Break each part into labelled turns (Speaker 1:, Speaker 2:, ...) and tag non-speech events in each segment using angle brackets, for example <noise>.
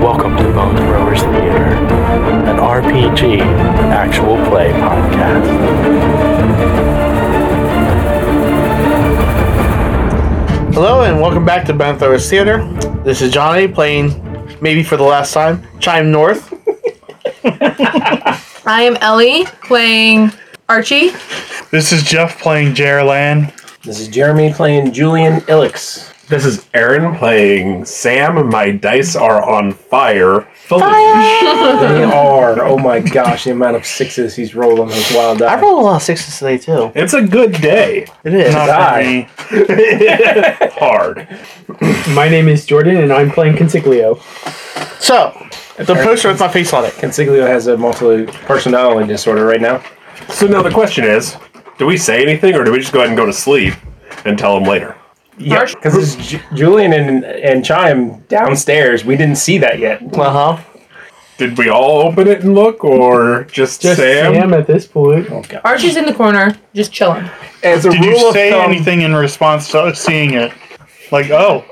Speaker 1: Welcome to Bone Throwers Theater, an RPG actual play podcast.
Speaker 2: Hello and welcome back to Ben Thor's Theater. This is Johnny playing, maybe for the last time, Chime North.
Speaker 3: I am Ellie playing Archie.
Speaker 4: This is Jeff playing Jerlan.
Speaker 5: This is Jeremy playing Julian Ilix.
Speaker 6: This is Aaron playing Sam. My dice are on fire.
Speaker 5: They are. Oh my gosh, the amount of sixes he's rolling those wild
Speaker 2: I
Speaker 5: eyes.
Speaker 2: rolled Oh, a lot of sixes today too.
Speaker 6: It's a good day.
Speaker 2: It is.
Speaker 4: Not for
Speaker 6: <laughs>
Speaker 4: me.
Speaker 6: Hard.
Speaker 7: My name is Jordan, and I'm playing Consiglio.
Speaker 2: So, the poster with my face on it.
Speaker 5: Consiglio has a multiple personality disorder right now.
Speaker 6: So now the question is, do we say anything or do we just go ahead and go to sleep and tell him later?
Speaker 5: Yeah, because it's Ju- Julian and and Chime downstairs. We didn't see that yet.
Speaker 2: Uh huh.
Speaker 6: Did we all open it and look or just,
Speaker 7: Just
Speaker 6: Sam?
Speaker 7: Sam at this point.
Speaker 3: Archie's in the corner, just chilling.
Speaker 5: As a
Speaker 4: Did you say anything in response to us seeing it? Like, oh,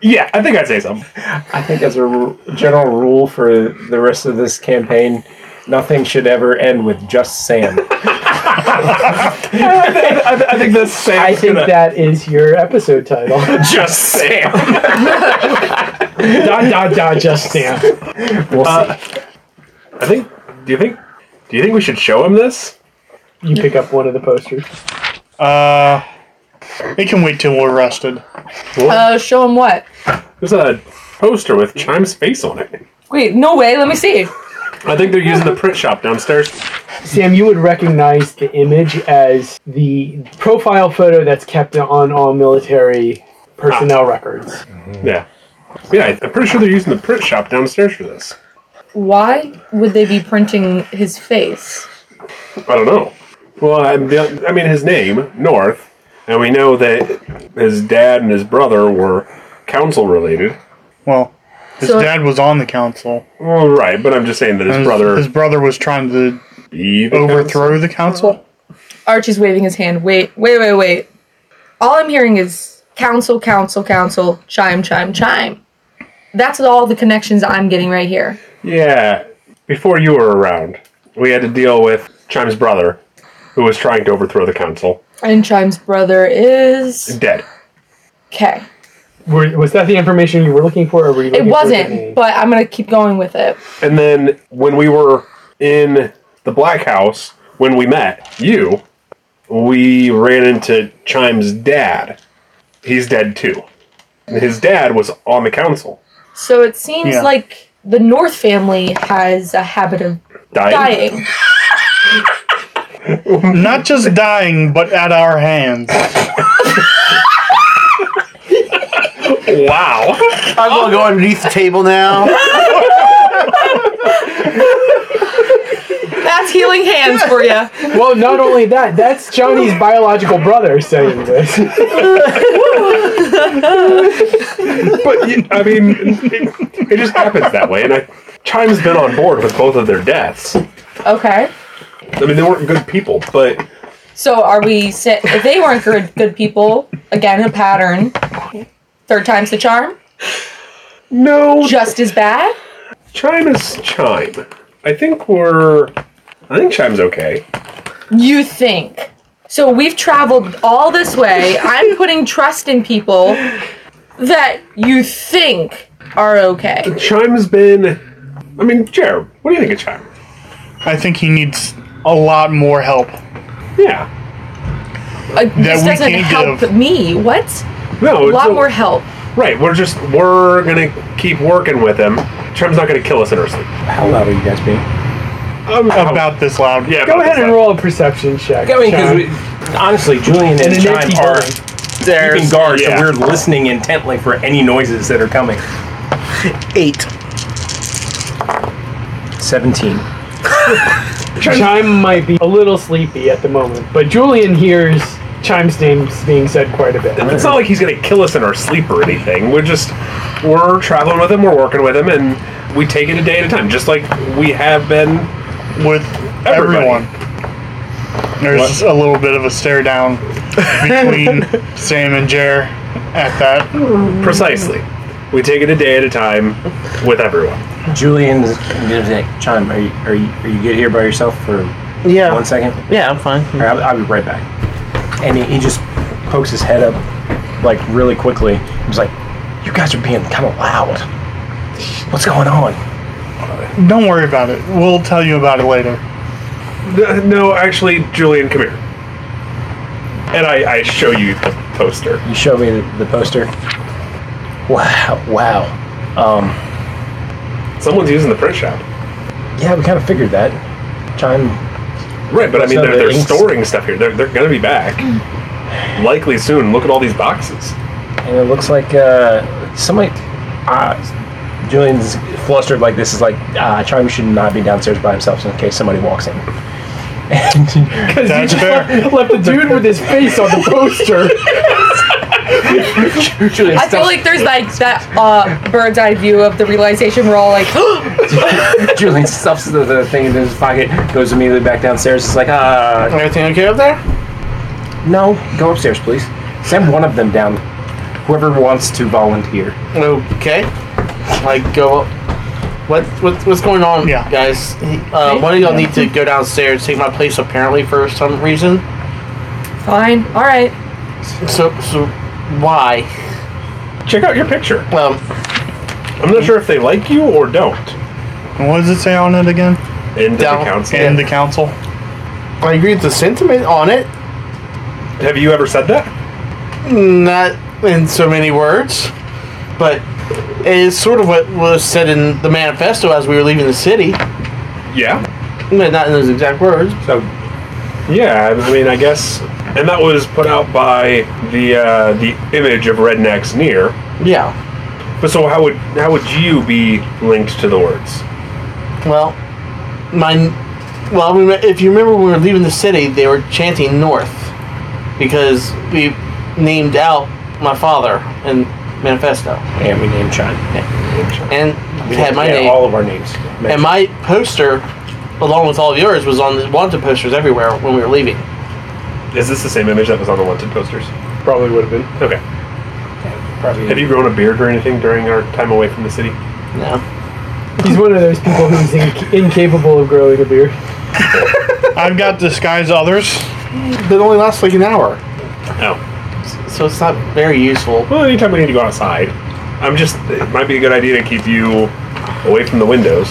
Speaker 6: Yeah, I think I'd say something. <laughs>
Speaker 5: I think as a ru- general rule for the rest of this campaign, nothing should ever end with just
Speaker 7: <laughs>
Speaker 5: Sam.
Speaker 6: I, I think that's Sam.
Speaker 7: I think that is your episode title.
Speaker 6: <laughs> just Sam.
Speaker 7: dot dot dot. Just Sam.
Speaker 5: We'll see.
Speaker 6: I think. Do you think? Do you think we should show him this?
Speaker 7: You pick up one of the posters.
Speaker 4: uh, it can wait till we're rested.
Speaker 3: Uh, show him what?
Speaker 6: There's a poster with Chime's face on it.
Speaker 3: Wait, no way. Let me see.
Speaker 6: I think they're using the print shop downstairs.
Speaker 7: Sam, you would recognize the image as the profile photo that's kept on all military personnel records.
Speaker 6: Yeah. Yeah, I'm pretty sure they're using the print shop downstairs for this.
Speaker 3: Why would they be printing his face?
Speaker 6: I don't know. Well, I, I mean, his name, North, and we know that his dad and his brother were council related.
Speaker 4: Well, his
Speaker 3: So-
Speaker 4: dad was on the council.
Speaker 6: Well, right, but I'm just saying that his, brother
Speaker 4: His brother was trying to
Speaker 6: be the
Speaker 4: overthrow the council.
Speaker 3: Archie's waving his hand. Wait, wait, wait, wait. All I'm hearing is council, council, council, chime, chime, chime. That's all the connections I'm getting right here.
Speaker 6: council. Yeah, before you were around, we had to deal with Chime's brother, who was trying to overthrow the council.
Speaker 3: And Chime's brother is.
Speaker 6: Dead.
Speaker 3: Okay.
Speaker 7: Were, was that the information you were looking for, or were you
Speaker 3: It
Speaker 7: looking for the
Speaker 3: wasn't,
Speaker 7: name?
Speaker 3: but I'm gonna keep going with it.
Speaker 6: And then when we were in the Black House, when we met you, we ran into Chime's dad. He's dead too. His dad was on the council.
Speaker 3: So it seems
Speaker 4: Yeah.
Speaker 3: like the North family has a habit of
Speaker 6: Dying.
Speaker 3: dying.
Speaker 4: Not just dying, but at our hands.
Speaker 6: Wow.
Speaker 2: I'm gonna go underneath the table now.
Speaker 3: <laughs> That's healing hands for you.
Speaker 7: well, not only that, that's Johnny's biological brother saying this.
Speaker 6: <laughs> But you- I mean, it, it just happens that way. And I, Chime's been on board with both of their deaths.
Speaker 3: <laughs> Okay.
Speaker 6: I mean, they weren't good people, but
Speaker 3: So are we? sa- If they weren't good, good people, again a pattern. Third time's the charm.
Speaker 6: no,
Speaker 3: Just as bad.
Speaker 6: Chime is Chime. I think we're. I think Chime's okay.
Speaker 3: You think? So we've traveled all this way. <laughs> I'm putting trust in people that you think are okay.
Speaker 6: Chime's been. I mean, Jared, what do you think of Chime?
Speaker 4: I think he needs a lot more help.
Speaker 6: Yeah.
Speaker 3: Uh, this
Speaker 4: we
Speaker 3: doesn't
Speaker 4: can't
Speaker 3: help
Speaker 4: give. Oh,
Speaker 3: me. What?
Speaker 6: No,
Speaker 3: A lot more help.
Speaker 6: Right, we're just we're gonna keep working with him. Chim's not gonna kill us in our sleep.
Speaker 5: How loud are you guys being?
Speaker 4: About this loud.
Speaker 6: Yeah.
Speaker 7: Go
Speaker 6: about
Speaker 7: ahead
Speaker 6: this
Speaker 7: and
Speaker 6: time.
Speaker 7: roll a perception check.
Speaker 5: I mean, because
Speaker 7: John.
Speaker 5: we, honestly, Julian and
Speaker 7: And
Speaker 5: Chime
Speaker 7: Nancy
Speaker 5: are
Speaker 7: Bowen.
Speaker 5: keeping guard,
Speaker 6: yeah.
Speaker 5: so we're listening intently for any noises that are coming.
Speaker 2: Eight.
Speaker 5: 17.
Speaker 7: Chime might be a little sleepy at the moment, but Julian hears Chime's names being said quite a bit.
Speaker 6: It's not like he's gonna kill us in our sleep or anything. We're just we're traveling with him, we're working with him, and we take it a day at a time, just like we have been.
Speaker 4: with
Speaker 6: Everybody.
Speaker 4: everyone. There's a little bit of a stare down between
Speaker 5: <laughs>
Speaker 4: Sam and Jer at that.
Speaker 6: Precisely, we take it a day at a time with everyone.
Speaker 5: Julian's just like, Chime, are you, are, you, are you good here by yourself for
Speaker 2: Yeah.
Speaker 5: one second?
Speaker 2: Yeah, I'm fine.
Speaker 5: All right, I'll, I'll be right back. And he, he just pokes his head up, like, really quickly. He's like, you guys are being kind of loud. What's going on?
Speaker 4: Don't worry about it. We'll tell you about it later.
Speaker 6: Uh, No, actually, Julian, come here. And I, I show you the poster.
Speaker 5: You show me the, the poster. Wow, wow. Um,
Speaker 6: Someone's using the print shop.
Speaker 5: yeah, we kind of figured that. Chime,
Speaker 6: Right, but I mean,
Speaker 5: So
Speaker 6: they're,
Speaker 5: the
Speaker 6: they're
Speaker 5: inks-
Speaker 6: storing stuff here. They're, they're going to be
Speaker 5: <clears throat>
Speaker 6: back. Likely soon. Look at all these boxes.
Speaker 5: and it looks like uh, somebody. Uh, Julian's flustered like this is like, uh, Chime should not be downstairs by himself in case somebody walks in. And <laughs>
Speaker 4: That's fair.
Speaker 7: Left the dude with his face on the
Speaker 4: <laughs>
Speaker 7: poster.
Speaker 5: Julian
Speaker 3: I feel
Speaker 5: <laughs> steps,
Speaker 3: like there's like that uh, bird's eye view of the realization we're all like, <gasps>
Speaker 5: Julian stuffs the, the thing into his pocket, goes immediately back downstairs. It's like, uh,
Speaker 2: Everything okay up there?
Speaker 5: no, go upstairs, please. Send one of them down. Whoever wants to volunteer.
Speaker 2: Okay. Like go up. What, what what's going on,
Speaker 4: Yeah.
Speaker 2: guys? Uh, one of y'all need to go downstairs, take my place apparently for some reason.
Speaker 3: fine, all right.
Speaker 2: So so why?
Speaker 6: Check out your picture.
Speaker 2: Um,
Speaker 6: I'm not sure if they like you or don't.
Speaker 4: And what does it say on it again?
Speaker 6: Into the
Speaker 2: Don't.
Speaker 6: council.
Speaker 4: In the council.
Speaker 2: I agree with the sentiment on it,
Speaker 6: Have you ever said that?
Speaker 2: not in so many words, but it is sort of what was said in the manifesto as we were leaving the city.
Speaker 6: Yeah.
Speaker 2: No, Not in those exact words.
Speaker 6: So, yeah. I mean, I guess, and that was put out by the uh, the image of rednecks near.
Speaker 2: Yeah.
Speaker 6: But so, how would how would you be linked to the words?
Speaker 2: Well, my. Well, we, re- if you remember when we were leaving the city, they were chanting north because we named out my father in manifesto
Speaker 5: And we name Chime.
Speaker 2: and had my
Speaker 5: Yeah,
Speaker 2: name.
Speaker 5: all of our names.
Speaker 2: and my poster, along with all of yours, was on the wanted posters everywhere when we were leaving.
Speaker 6: Is this the same image that was on the wanted posters?
Speaker 5: probably would have been.
Speaker 6: Okay.
Speaker 5: Probably
Speaker 6: Have you grown a beard or anything during our time away from the city?
Speaker 2: No.
Speaker 7: He's one of those people who's inc- incapable of growing a beard.
Speaker 4: I've got disguise others.
Speaker 2: But it only lasts like an hour,
Speaker 6: No.
Speaker 2: so it's not very useful.
Speaker 6: Well, anytime we need to go outside, I'm just. It might be a good idea to keep you away from the windows.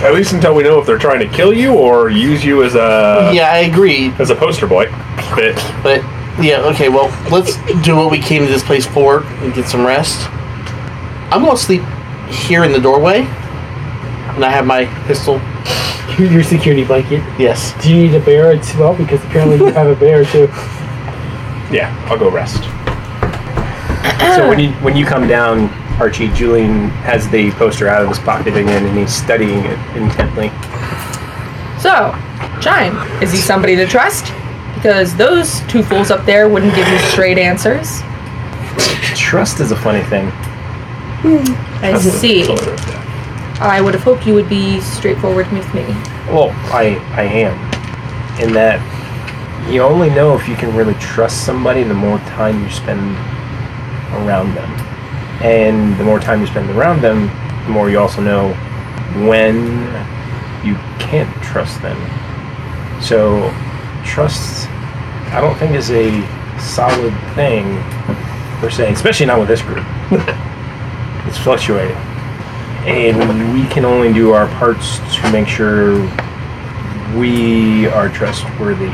Speaker 6: At least until we know if they're trying to kill you or use you as a
Speaker 2: yeah, I agree,
Speaker 6: as a poster boy. But
Speaker 2: but yeah, okay. Well, let's do what we came to this place for and get some rest. I'm gonna sleep here in the doorway, and I have my pistol.
Speaker 7: Here's your security blanket.
Speaker 2: Yes.
Speaker 7: Do you need a bear as well? Because apparently you have a bear too.
Speaker 6: yeah, I'll go rest.
Speaker 5: So when you when you come down, Archie, Julian has the poster out of his pocket again, and he's studying it intently.
Speaker 3: So, Chime, is he somebody to trust? Because those two fools up there wouldn't give you straight answers.
Speaker 5: Trust is a funny thing.
Speaker 3: I see. I would have hoped you would be straightforward with me.
Speaker 5: Well, I I am, in that you only know if you can really trust somebody the more time you spend around them, and the more time you spend around them, the more you also know when you can't trust them. So, trust, I don't think is a solid thing per se, especially not with this group. <laughs> it's fluctuating. And we can only do our parts to make sure we are trustworthy.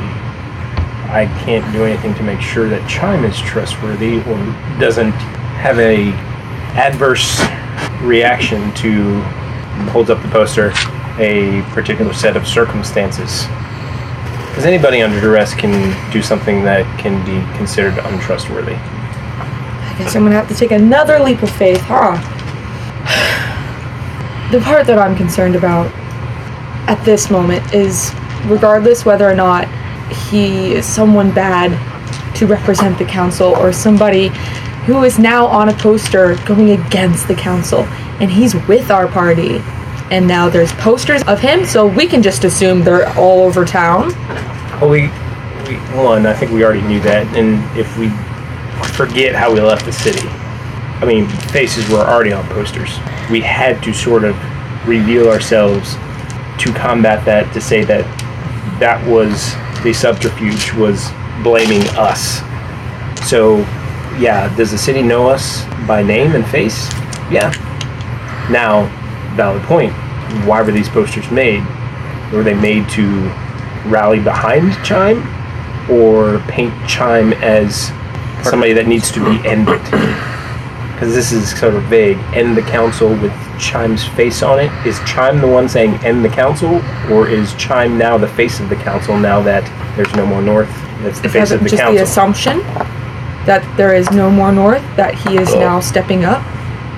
Speaker 5: I can't do anything to make sure that Chime is trustworthy or doesn't have a adverse reaction to holds up the poster a particular set of circumstances. Because anybody under duress can do something that can be considered untrustworthy.
Speaker 3: I guess I'm gonna have to take another leap of faith, huh? The part that I'm concerned about at this moment is regardless whether or not he is someone bad to represent the council or somebody who is now on a poster going against the council and he's with our party and now there's posters of him so we can just assume they're all over town
Speaker 5: Well, Oh, we, we one, I think we already knew that, and if we forget how we left the city, I mean, faces were already on posters. We had to sort of reveal ourselves to combat that, to say that that was the subterfuge was blaming us. So, yeah, does the city know us by name and face? Yeah. Now, valid point. Why were these posters made? Were they made to rally behind Chime or paint Chime as somebody that needs to be ended? <clears throat> Because this is sort of vague. End the council with Chime's face on it. Is Chime the one saying end the council, or is Chime now the face of the council now that there's no more North? That's the
Speaker 3: is
Speaker 5: face
Speaker 3: that
Speaker 5: of the
Speaker 3: just
Speaker 5: council.
Speaker 3: the assumption that there is no more north that he is now stepping up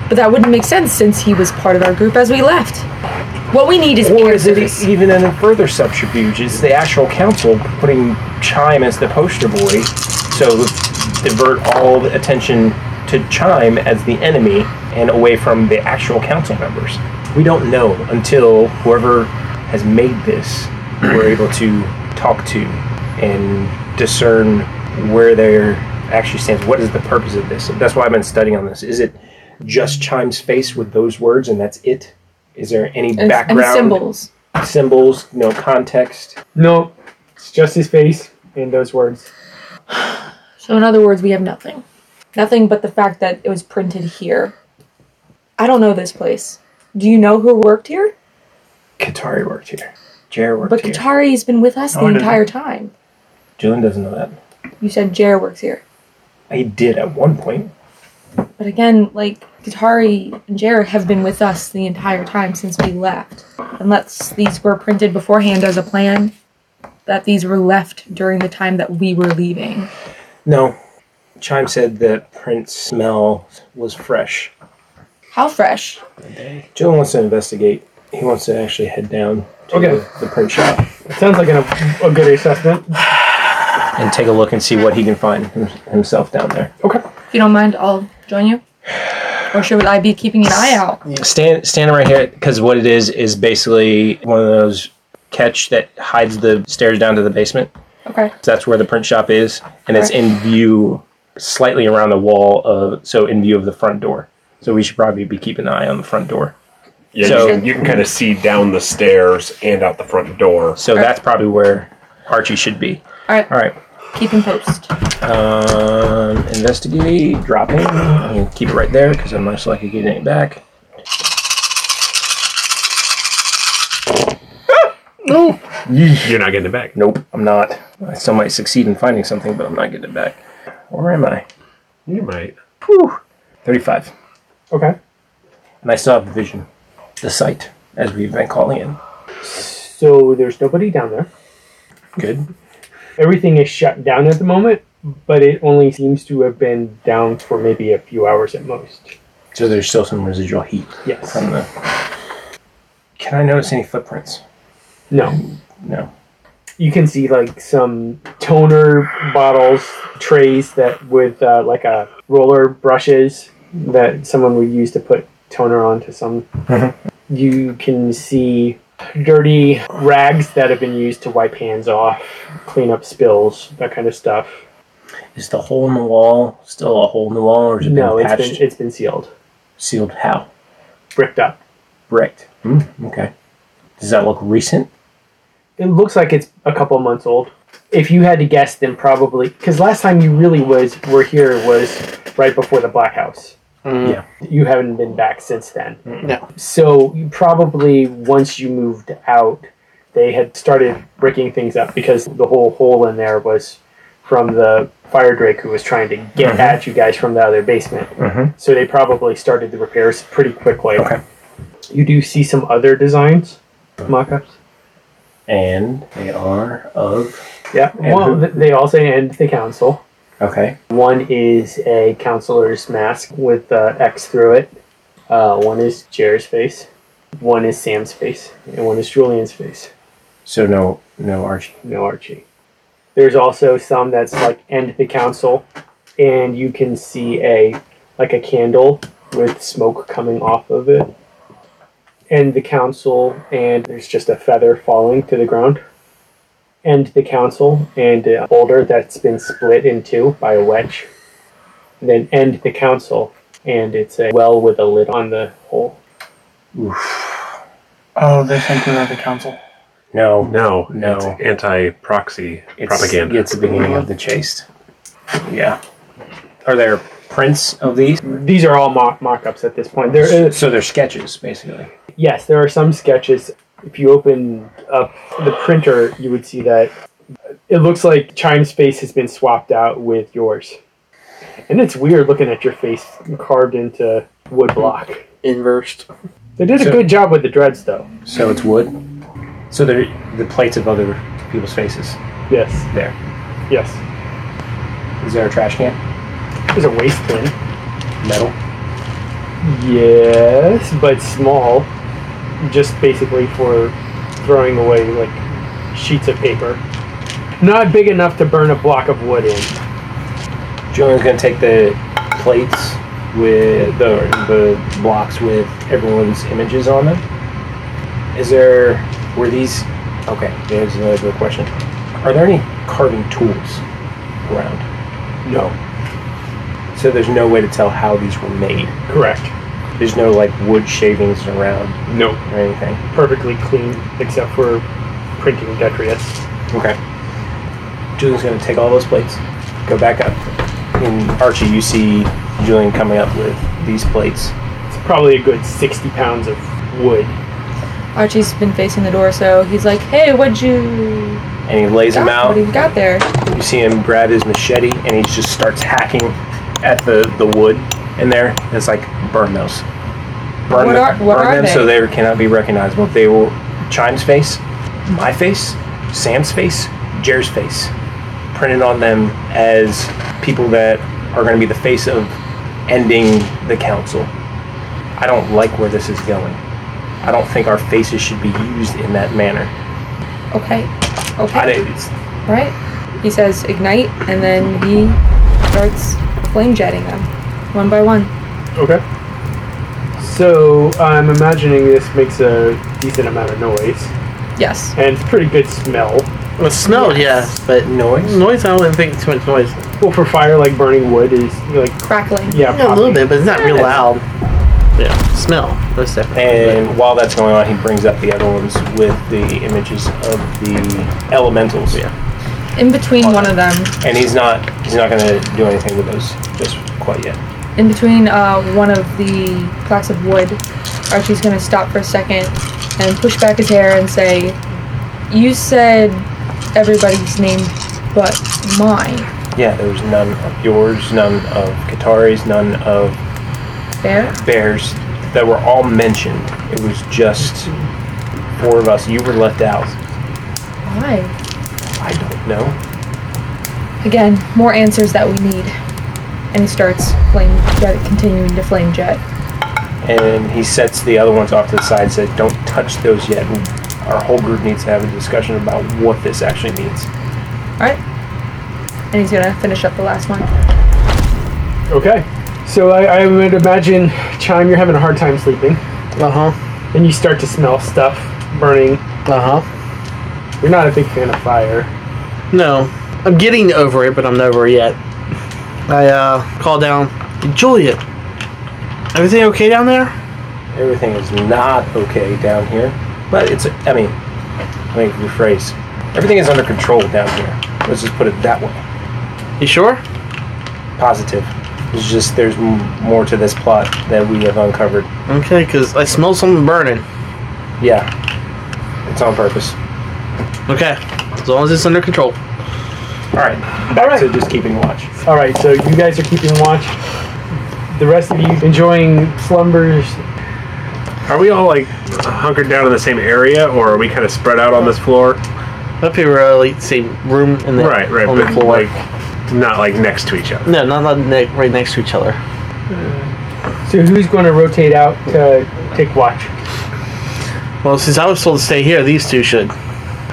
Speaker 3: but that wouldn't make sense since he was part of our group as we left what we need is
Speaker 5: Or
Speaker 3: ears
Speaker 5: is it e- even a further subterfuge? Is the actual council putting Chime as the poster boy so divert all the attention to Chime as the enemy and away from the actual council members? We don't know until whoever has made this we're able to talk to and discern where their actually stands. What is the purpose of this? That's why I've been studying on this. Is it just Chime's face with those words and that's it? Is there any
Speaker 3: and,
Speaker 5: background?
Speaker 3: and symbols
Speaker 5: symbols, no context.
Speaker 7: No, it's just his face and those words.
Speaker 3: so in other words we have nothing nothing but the fact that it was printed here i don't know this place do you know who worked here
Speaker 5: Katari worked here. Jer worked
Speaker 3: but
Speaker 5: here.
Speaker 3: katari's been with us
Speaker 4: I
Speaker 3: the
Speaker 4: didn't.
Speaker 3: entire time
Speaker 5: Julian doesn't know that.
Speaker 3: you said jared works here
Speaker 5: He did at one point.
Speaker 3: but again like katari and jared have been with us the entire time since we left unless these were printed beforehand as a plan that these were left during the time that we were leaving
Speaker 5: No. Chime said that Prince smell was fresh.
Speaker 3: how fresh
Speaker 5: Julian wants to investigate. He wants to actually head down to
Speaker 7: Okay.
Speaker 5: the, the print shop
Speaker 7: It sounds like an, a good assessment.
Speaker 5: and take a look and see what he can find him, himself down there.
Speaker 7: Okay.
Speaker 3: if you don't mind i'll join you or should i be keeping an eye out
Speaker 5: Stand standing right here because what it is is basically one of those catch that hides the stairs down to the basement.
Speaker 3: okay
Speaker 5: that's where the print shop is, and it's in view, slightly around the wall of, so in view of the front door. So we should probably be keeping an eye on the front door.
Speaker 6: Yeah,
Speaker 5: So-
Speaker 6: you can, you can kind of see down the stairs and out the front door.
Speaker 5: So that's probably where Archie should be.
Speaker 3: all right,
Speaker 5: All right,
Speaker 3: keep him post
Speaker 5: um, investigate, drop in, and keep it right there because I'm most likely getting it back.
Speaker 6: You're not getting it back.
Speaker 5: Nope, I'm not. I still might succeed in finding something, but I'm not getting it back. Where am I?
Speaker 6: You might.
Speaker 5: Whew, 35.
Speaker 7: Okay.
Speaker 5: And I still have the vision, the sight, as we've been calling it.
Speaker 7: So there's nobody down there.
Speaker 5: Good.
Speaker 7: Everything is shut down at the moment, but it only seems to have been down for maybe a few hours at most.
Speaker 5: So there's still some residual heat.
Speaker 7: Yes.
Speaker 5: from the. Can I notice any footprints?
Speaker 7: No.
Speaker 5: No.
Speaker 7: You can see like some toner bottles, trays that with uh, like a roller brushes that someone would use to put toner onto some.
Speaker 5: Mm-hmm.
Speaker 7: you can see dirty rags that have been used to wipe hands off, clean up spills, that kind of stuff.
Speaker 5: Is the hole in the wall still a hole in the wall, or is it
Speaker 7: No,
Speaker 5: been
Speaker 7: it's
Speaker 5: patched,
Speaker 7: been it's been sealed,
Speaker 5: sealed? How?
Speaker 7: bricked up.
Speaker 5: Bricked. Hmm. okay. Does that look recent?
Speaker 7: It looks like it's a couple months old. If you had to guess, then probably because last time you really was were here was right before the Black House.
Speaker 5: Yeah.
Speaker 7: You haven't been back since then.
Speaker 2: No.
Speaker 7: So you probably once you moved out, they had started breaking things up because the whole hole in there was from the fire drake who was trying to get
Speaker 5: Mm-hmm.
Speaker 7: at you guys from the other basement. So they probably started the repairs pretty quickly.
Speaker 5: Okay.
Speaker 7: You do see some other designs, mock-ups.
Speaker 5: And they are of.
Speaker 7: Yeah.
Speaker 5: And
Speaker 7: well,
Speaker 5: who-
Speaker 7: th- they all say end the council.
Speaker 5: Okay.
Speaker 7: One is a counselor's mask with uh, X through it. Uh, one is Jair's face. One is Sam's face, and one is Julian's face.
Speaker 5: So no, no Archie.
Speaker 7: No Archie. There's also some that's like end the council, and you can see a like a candle with smoke coming off of it. End the council, and there's just a feather falling to the ground. End the council, and a boulder that's been split in two by a wedge. And then end the council, and it's a well with a lid on the hole.
Speaker 4: Oh, they think we're at the council.
Speaker 5: No,
Speaker 6: No,
Speaker 5: No.
Speaker 6: it's anti-proxy
Speaker 5: it's,
Speaker 6: propaganda.
Speaker 5: It's the beginning of the chase. Yeah. Are there prints of these?
Speaker 7: These are all mock mock-ups at this point. There is
Speaker 5: So they're sketches, basically.
Speaker 7: Yes, there are some sketches. If you open up the printer, you would see that it looks like Chime's face has been swapped out with yours. And it's weird looking at your face carved into wood block.
Speaker 2: Inversed.
Speaker 7: They did
Speaker 5: So-
Speaker 7: a good job with the dreads, though.
Speaker 5: So it's wood. So they're the plates of other people's faces.
Speaker 7: Yes,
Speaker 5: There.
Speaker 7: yes.
Speaker 5: Is there a trash can?
Speaker 7: There's a waist pin.
Speaker 5: Metal.
Speaker 7: Yes, but small. Just basically for throwing away like sheets of paper. Not big enough to burn a block of wood in.
Speaker 5: Julian's gonna take the plates with the the blocks with everyone's images on them. Is there were these? Okay, there's another good question. Are there any carving tools around? No. So there's no way to tell how these were made.
Speaker 7: Correct.
Speaker 5: There's no like wood shavings around
Speaker 7: No.
Speaker 5: or anything.
Speaker 7: perfectly clean except for printing detritus.
Speaker 5: Okay. Julian's gonna take all those plates, go back up. In Archie, you see Julian coming up with these plates.
Speaker 7: It's probably a good 60 pounds of wood.
Speaker 3: Archie's been facing the door, so he's like, "Hey, what'd you
Speaker 5: and he lays him
Speaker 3: got?
Speaker 5: out.
Speaker 3: Ah, What do you got there?"
Speaker 5: You see him grab his machete, and he just starts hacking at the, the wood in there. It's like burn those, burn
Speaker 3: What
Speaker 5: them,
Speaker 3: are- what
Speaker 5: burn
Speaker 3: are
Speaker 5: them, so
Speaker 3: they?
Speaker 5: they cannot be recognizable. They will Chime's face, my face, Sam's face, Jer's face, printed on them as people that are going to be the face of ending the council. I don't like where this is going. I don't think our faces should be used in that manner.
Speaker 3: Okay, okay,
Speaker 5: I, it's,
Speaker 3: right? He says, "Ignite," and then he starts flame jetting them one by one.
Speaker 7: Okay. So I'm imagining this makes a decent amount of noise
Speaker 3: Yes.
Speaker 7: and it's pretty good smell.
Speaker 2: Well, smell, yes, but
Speaker 5: Noise?
Speaker 2: Noise, I wouldn't think too much noise.
Speaker 7: Well, for fire, like burning wood is like
Speaker 3: Crackling.
Speaker 7: yeah,
Speaker 2: Yeah, a little
Speaker 7: popping.
Speaker 2: bit, but it's not real loud. Yeah, smell. That's different.
Speaker 5: And while that's going on, he brings up the other ones with the images of the elementals.
Speaker 2: Yeah.
Speaker 3: In between one of them,
Speaker 5: And he's not he's not gonna do anything with those just quite yet.
Speaker 3: in between uh, one of the blocks of wood, Archie's gonna stop for a second and push back his hair and say, "You said everybody's name, but mine."
Speaker 5: Yeah, there was none of yours, none of Katari's, none of
Speaker 3: Fair.
Speaker 5: Bears that were all mentioned. It was just four of us. You were left out.
Speaker 3: Why?
Speaker 5: I don't know.
Speaker 3: Again, more answers that we need. And he starts flame jet, continuing to flame jet.
Speaker 5: And he sets the other ones off to the side and said, Don't touch those yet. Our whole group needs to have a discussion about what this actually means.
Speaker 3: All right. And he's gonna finish up the last one.
Speaker 7: Okay. So I, I would imagine Chime, you're having a hard time sleeping,
Speaker 2: Uh huh.
Speaker 7: and you start to smell stuff burning.
Speaker 2: Uh huh.
Speaker 7: You're not a big fan of fire.
Speaker 2: No, I'm getting over it, but I'm not over it yet. I uh, call down Juliet. Everything okay down there?
Speaker 5: everything is not okay down here. But it's, I mean, let me rephrase. Everything is under control down here. Let's just put it that way.
Speaker 2: You sure?
Speaker 5: Positive. It's just there's m- more to this plot that we have uncovered.
Speaker 2: Okay, cause I smell something burning.
Speaker 5: Yeah, it's on purpose.
Speaker 2: Okay, as long as it's under control.
Speaker 5: All right, back
Speaker 7: All right.
Speaker 5: to just keeping watch.
Speaker 7: All right, so you guys are keeping watch. The rest of you enjoying slumbers.
Speaker 6: Are we all like hunkered down in the same area, or are we kind of spread out on this floor?
Speaker 2: Up here, we're all, like same room in the
Speaker 6: Right, right,
Speaker 2: on
Speaker 6: but
Speaker 2: the floor.
Speaker 6: like not like next to each other.
Speaker 2: no, not, not ne- right next to each other.
Speaker 7: So who's going to rotate out to take watch?
Speaker 2: Well, since I was told to stay here, these two should.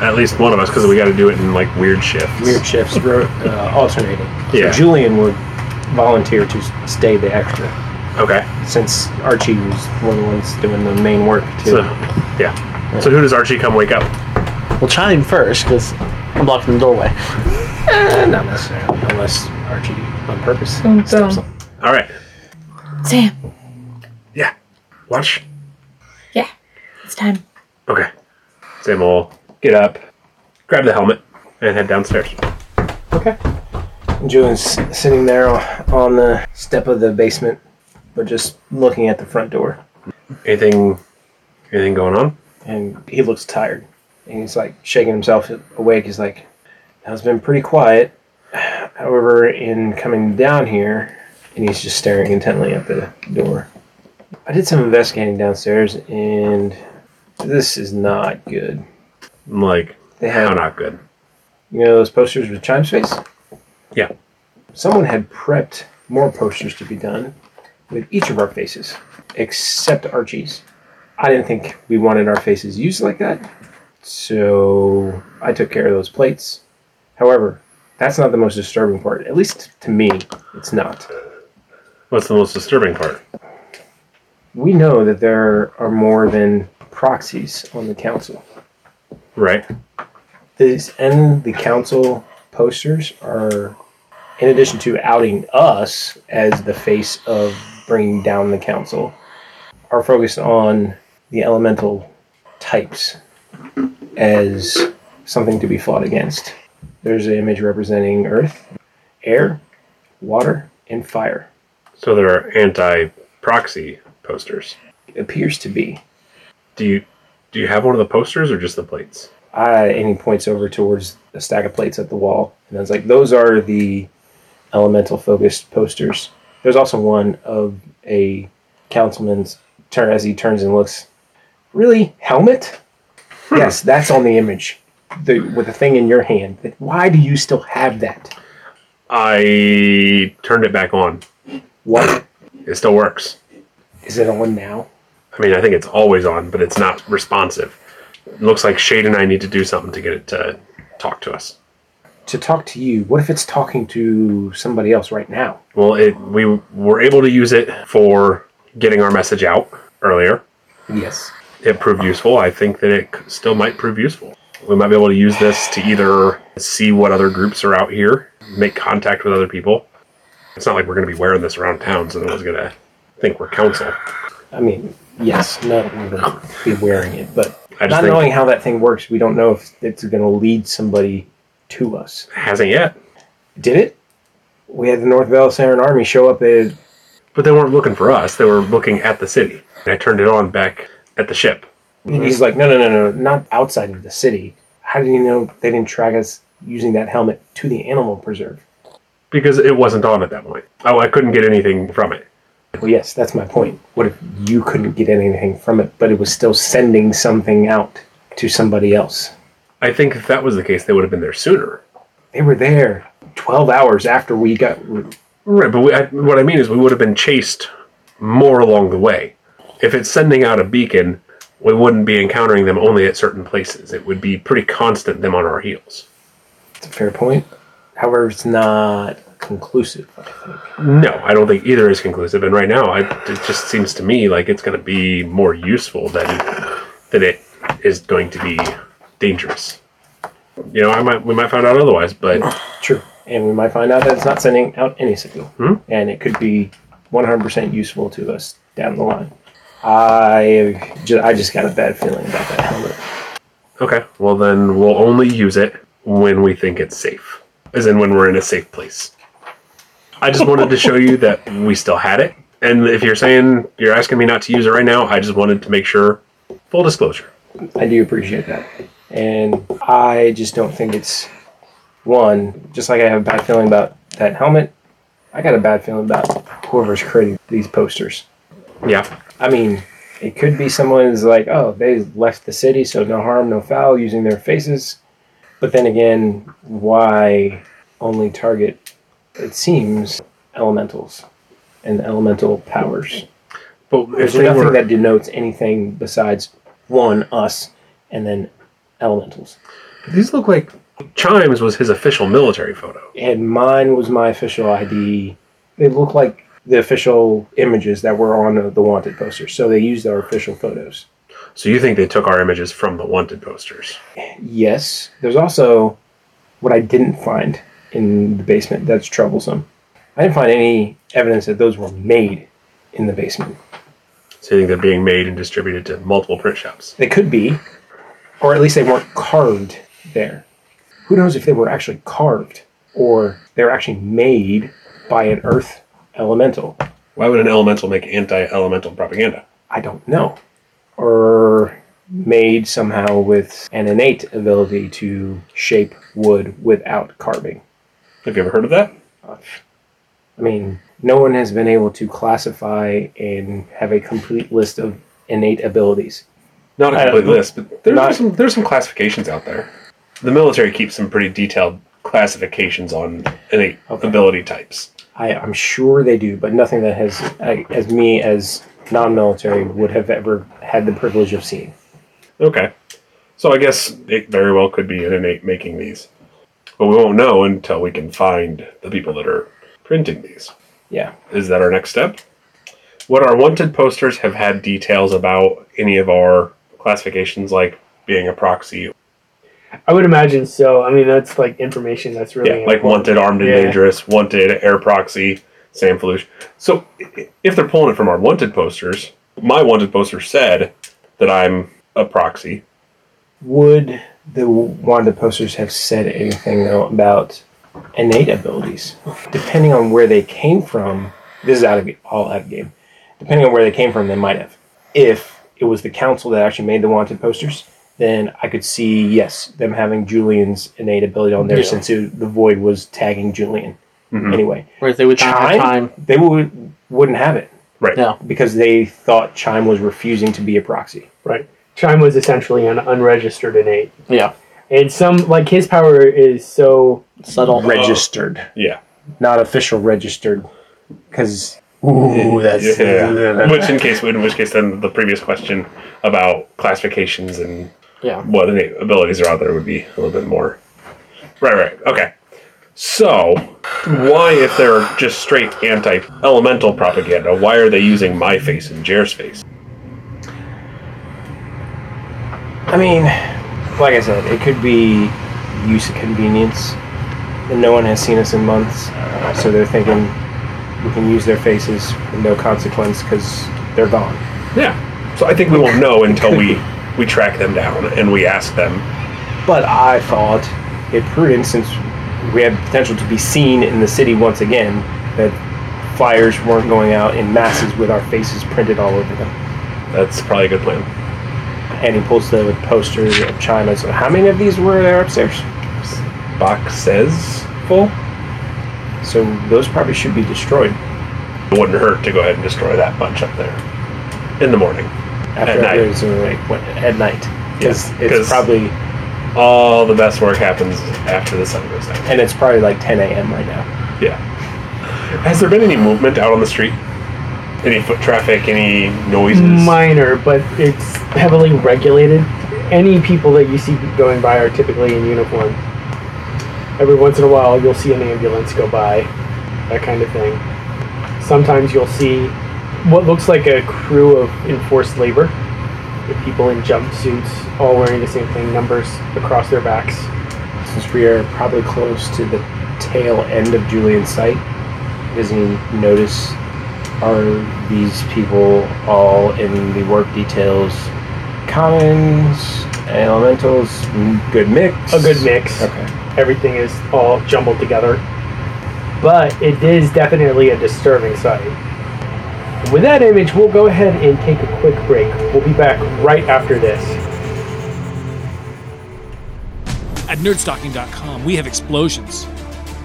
Speaker 6: At least one of us, because we got to do it in like weird shifts.
Speaker 5: Weird shifts, ro- uh, alternating.
Speaker 6: Yeah.
Speaker 5: So Julian would volunteer to s- stay the extra
Speaker 6: Okay.
Speaker 5: since Archie was one of the ones doing the main work too.
Speaker 6: So, yeah. So who does Archie come wake up?
Speaker 2: Well, chime first because I'm blocking the doorway.
Speaker 5: Eh, not necessarily, unless Archie on purpose.
Speaker 3: Boom,
Speaker 5: steps
Speaker 3: boom.
Speaker 5: up.
Speaker 6: All right.
Speaker 3: Sam,
Speaker 6: Yeah. Watch.
Speaker 3: yeah, it's time.
Speaker 6: Okay. Sam will get up, grab the helmet, and head downstairs.
Speaker 5: Okay. Julian's s- sitting there on the step of the basement, but just looking at the front door.
Speaker 6: Anything? Anything going on?
Speaker 5: and he looks tired and he's like shaking himself awake he's like now it's been pretty quiet however in coming down here and he's just staring intently at the door i did some investigating downstairs and this is not good
Speaker 6: I'm like,
Speaker 5: they
Speaker 6: no,
Speaker 5: have
Speaker 6: not good.
Speaker 5: you know those posters with chimes face
Speaker 6: Yeah.
Speaker 5: someone had prepped more posters to be done with each of our faces except Archie's. I didn't think we wanted our faces used like that, so I took care of those plates. However, that's not the most disturbing part. At least to me, it's not.
Speaker 6: What's the most disturbing part?
Speaker 5: We know that there are more than proxies on the council.
Speaker 6: Right.
Speaker 5: These and the council posters are, in addition to outing us as the face of bringing down the council, are focused on the elemental types as something to be fought against. There's an image representing earth, air, water, and fire.
Speaker 6: So there are anti-proxy posters.
Speaker 5: It appears to be.
Speaker 6: Do you do you have one of the posters or just the plates?
Speaker 5: I, and he points over towards a stack of plates at the wall. And I was like, those are the elemental focused posters. There's also one of a councilman's turn as he turns and looks. Really? Helmet? yes, that's on the image. The, with the thing in your hand. Why do you still have that?
Speaker 6: I turned it back on.
Speaker 5: What?
Speaker 6: It still works.
Speaker 5: Is it on now?
Speaker 6: I mean, I think it's always on, but it's not responsive. It looks like Shade and I need to do something to get it to talk to us.
Speaker 5: To talk to you, what if it's talking to somebody else right now?
Speaker 6: Well, it we were able to use it for getting our message out earlier.
Speaker 5: Yes.
Speaker 6: It proved useful. I think that it c- still might prove useful. We might be able to use this to either see what other groups are out here, make contact with other people. It's not like we're going to be wearing this around town, so no one's going to think we're council.
Speaker 5: I mean, yes, not gonna be wearing it, but
Speaker 6: I just
Speaker 5: not
Speaker 6: think-
Speaker 5: knowing how that thing works, we don't know if it's going to lead somebody to us.
Speaker 6: Hasn't yet,
Speaker 5: Did it? We had the North Valisaran Army show up at
Speaker 6: but they weren't looking for us. They were looking at the city. And I turned it on back at the ship.
Speaker 5: And he's like, no, no, no, no, not outside of the city. How did you know they didn't track us using that helmet to the animal preserve?
Speaker 6: because it wasn't on at that point. Oh, I couldn't get anything from it.
Speaker 5: Well, yes, that's my point. What if you couldn't get anything from it, but it was still sending something out to somebody else?
Speaker 6: I think if that was the case, they would have been there sooner.
Speaker 5: They were there 12 hours after we got.
Speaker 6: Right, but we, I, what I mean is we would have been chased more along the way. If it's sending out a beacon, we wouldn't be encountering them only at certain places. It would be pretty constant them on our heels.
Speaker 5: It's a fair point. However, it's not conclusive, I think.
Speaker 6: No, I don't think either is conclusive. And right now, I, it just seems to me like it's going to be more useful than than it is going to be dangerous. You know, I might we might find out otherwise, but
Speaker 5: True. And we might find out that it's not sending out any signal.
Speaker 6: Hmm.
Speaker 5: And it could be 100% useful to us down the line. I just, I just got a bad feeling about that helmet.
Speaker 6: Okay, well then we'll only use it when we think it's safe, as in when we're in a safe place. I just wanted to show you that we still had it, and if you're saying you're asking me not to use it right now, I just wanted to make sure. Full disclosure.
Speaker 5: I do appreciate that. And I just don't think it's one, just like I have a bad feeling about that helmet, I got a bad feeling about whoever's creating these posters.
Speaker 6: Yeah,
Speaker 5: I mean, it could be someone who's like, oh, they left the city, so no harm, no foul, using their faces. But then again, why only target, it seems, elementals and elemental powers?
Speaker 6: but if
Speaker 5: There's
Speaker 6: they
Speaker 5: nothing
Speaker 6: were,
Speaker 5: that denotes anything besides one, us, and then elementals.
Speaker 6: These look like Chimes was his official military photo.
Speaker 5: And mine was my official ID. They look like the official images that were on the, the wanted poster, so they used our official photos.
Speaker 6: So you think they took our images from the wanted posters?
Speaker 5: Yes, there's also what I didn't find in the basement that's troublesome. I didn't find any evidence that those were made in the basement.
Speaker 6: So you think they're being made and distributed to multiple print shops?
Speaker 5: They could be, or at least they weren't carved there. Who knows if they were actually carved or they were actually made by an earth elemental?
Speaker 6: Why would an elemental make anti-elemental propaganda?
Speaker 5: I don't know. Or made somehow with an innate ability to shape wood without carving.
Speaker 6: Have you ever heard of that?
Speaker 5: I mean, no one has been able to classify and have a complete list of innate abilities.
Speaker 6: Not a
Speaker 5: I don't
Speaker 6: complete
Speaker 5: know.
Speaker 6: list, but there are
Speaker 5: Not-
Speaker 6: some there's some classifications out there. The military keeps some pretty detailed classifications on innate
Speaker 5: Okay.
Speaker 6: ability types.
Speaker 5: I, I'm sure they do, but nothing that has, I, as me as non-military, would have ever had the privilege of seeing.
Speaker 6: Okay. So I guess it very well could be an innate making these. But we won't know until we can find the people that are printing these.
Speaker 5: Yeah,
Speaker 6: Is that our next step? Would our wanted posters have had details about any of our classifications, like being a proxy,
Speaker 7: I would imagine so. I mean, that's like information that's really
Speaker 6: yeah, like wanted, armed, and
Speaker 7: Yeah.
Speaker 6: dangerous, wanted, air proxy, Sam Falush? So i- i- if they're pulling it from our wanted posters, my wanted poster said that I'm a proxy.
Speaker 5: would the Wanda posters have said anything though about innate abilities? Depending on where they came from, this is out of all out of game. Depending on where they came from, they might have. If it was the council that actually made the wanted posters, then I could see yes them having Julian's innate ability on there
Speaker 2: Yeah.
Speaker 5: since it, the void was tagging Julian. Anyway,
Speaker 2: Whereas they would not have
Speaker 5: Chime,
Speaker 2: time.
Speaker 5: they would wouldn't have it
Speaker 6: Right.
Speaker 2: No.
Speaker 5: because they thought Chime was refusing to be a proxy.
Speaker 7: right. Chime was essentially an unregistered innate,
Speaker 2: Yeah.
Speaker 7: and some like his power is so
Speaker 2: Subtle.
Speaker 5: Registered.
Speaker 6: Yeah.
Speaker 5: not official registered because <laughs> ooh that's
Speaker 6: Yeah. which in case in which case then the previous question about classifications and
Speaker 2: Yeah.
Speaker 6: what the abilities are out there would be a little bit more. Right, right. Okay. So why if they're just straight anti elemental propaganda, why are they using my face and Jer's face?
Speaker 5: I mean, like I said, it could be use of convenience. And no one has seen us in months, uh, so they're thinking we can use their faces with no consequence because they're gone.
Speaker 6: Yeah. So I think we <laughs> won't know until we we track them down and we ask them.
Speaker 5: But I thought it prudent, since we had potential to be seen in the city once again, that fires weren't going out in masses with our faces printed all over them.
Speaker 6: That's probably a good plan.
Speaker 5: and he pulls the poster of China. So how many of these were there upstairs?
Speaker 6: Box says full.
Speaker 5: So those probably should be destroyed.
Speaker 6: It wouldn't hurt to go ahead and destroy that bunch up there. In the morning.
Speaker 5: After
Speaker 6: night.
Speaker 5: it was, uh, like, what- at night. Because
Speaker 6: Yeah,
Speaker 5: it's
Speaker 6: 'cause-
Speaker 5: probably
Speaker 6: All the best work happens after the sun goes down.
Speaker 5: and it's probably like 10 a.m. right now.
Speaker 6: Yeah. Has there been any movement out on the street? Any foot traffic? Any noises?
Speaker 7: minor, but it's heavily regulated. Any people that you see going by are typically in uniform. Every once in a while, you'll see an ambulance go by, that kind of thing. Sometimes you'll see what looks like a crew of enforced labor, with people in jumpsuits, all wearing the same thing, numbers across their backs.
Speaker 5: Since we are probably close to the tail end of Julian's sight, doesn't he notice are these people all in the work details commons, elementals, good mix?
Speaker 7: A good mix.
Speaker 5: Okay.
Speaker 7: Everything is all jumbled together. But it is definitely a disturbing sight. With that image, we'll go ahead and take a quick break. We'll be back right after this.
Speaker 8: At nerdstocking.com, we have explosions.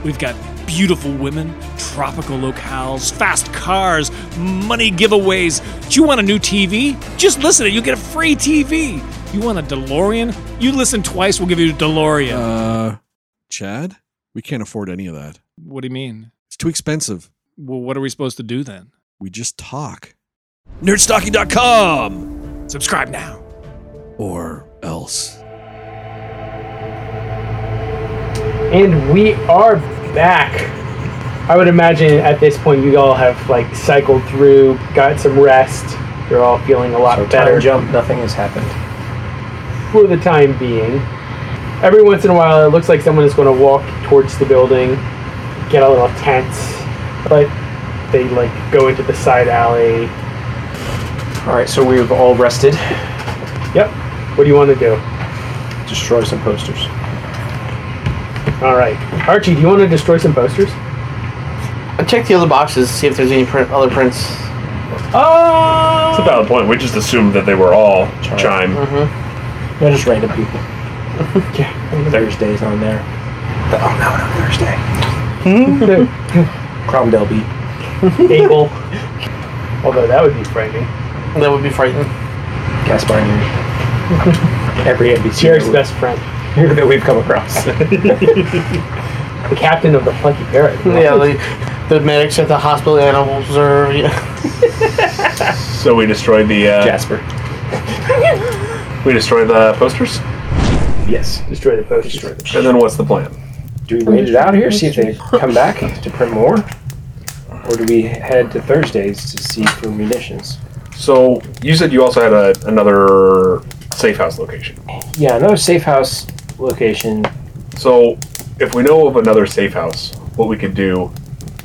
Speaker 8: We've got beautiful women, tropical locales, fast cars, money giveaways. Do you want a new TV? Just listen to it. You get a free TV. You want a DeLorean? You listen twice, we'll give you a DeLorean.
Speaker 9: Uh, Chad, we can't afford any of that.
Speaker 8: what do you mean?
Speaker 9: It's too expensive.
Speaker 8: Well, what are we supposed to do then?
Speaker 9: We just talk. Nerdstocking.com.
Speaker 8: Subscribe now.
Speaker 9: or else.
Speaker 7: And we are back. I would imagine at this point you all have like cycled through, got some rest. You're all feeling a lot
Speaker 5: So time
Speaker 7: better
Speaker 5: jump, nothing has happened.
Speaker 7: for the time being. Every once in a while, it looks like someone is going to walk towards the building, get a little tense, but they like go into the side alley.
Speaker 5: All right, so we've all rested.
Speaker 7: Yep. What do you want to do?
Speaker 5: Destroy some posters.
Speaker 7: All right, Archie, do you want to destroy some posters?
Speaker 2: I check the other boxes, see if there's any print, other prints.
Speaker 7: Oh,
Speaker 6: That's a valid point. We just assumed that they were all chime. Mm-hmm.
Speaker 5: Yeah, just random
Speaker 7: <laughs>
Speaker 5: people.
Speaker 7: yeah.
Speaker 5: Thursday's on there. But, oh no, no Thursday.
Speaker 7: Hmm?
Speaker 5: <laughs> Cromdell beat.
Speaker 7: Abel. Although that would be frightening.
Speaker 2: That would be frightening.
Speaker 5: Gaspar Neri.
Speaker 7: <laughs>
Speaker 5: Every NBC
Speaker 7: Jerry's
Speaker 5: that we-
Speaker 7: best friend,
Speaker 5: that we've come
Speaker 7: <laughs>
Speaker 5: across. <laughs>
Speaker 7: the captain of the Plucky Parrot.
Speaker 2: Yeah, the, the medics at the hospital animal reserve. Yeah.
Speaker 6: So we destroyed the. Uh,
Speaker 5: Jasper.
Speaker 6: We destroy the posters,
Speaker 5: Yes.
Speaker 7: Destroy the posters.
Speaker 6: and then what's the plan?
Speaker 5: Do we wait it out here, see if they come back to print more? Or do we head to Thursdays to see for munitions?
Speaker 6: So you said you also had a, another safe house location.
Speaker 5: Yeah, another safe house location.
Speaker 6: So if we know of another safe house, what we could do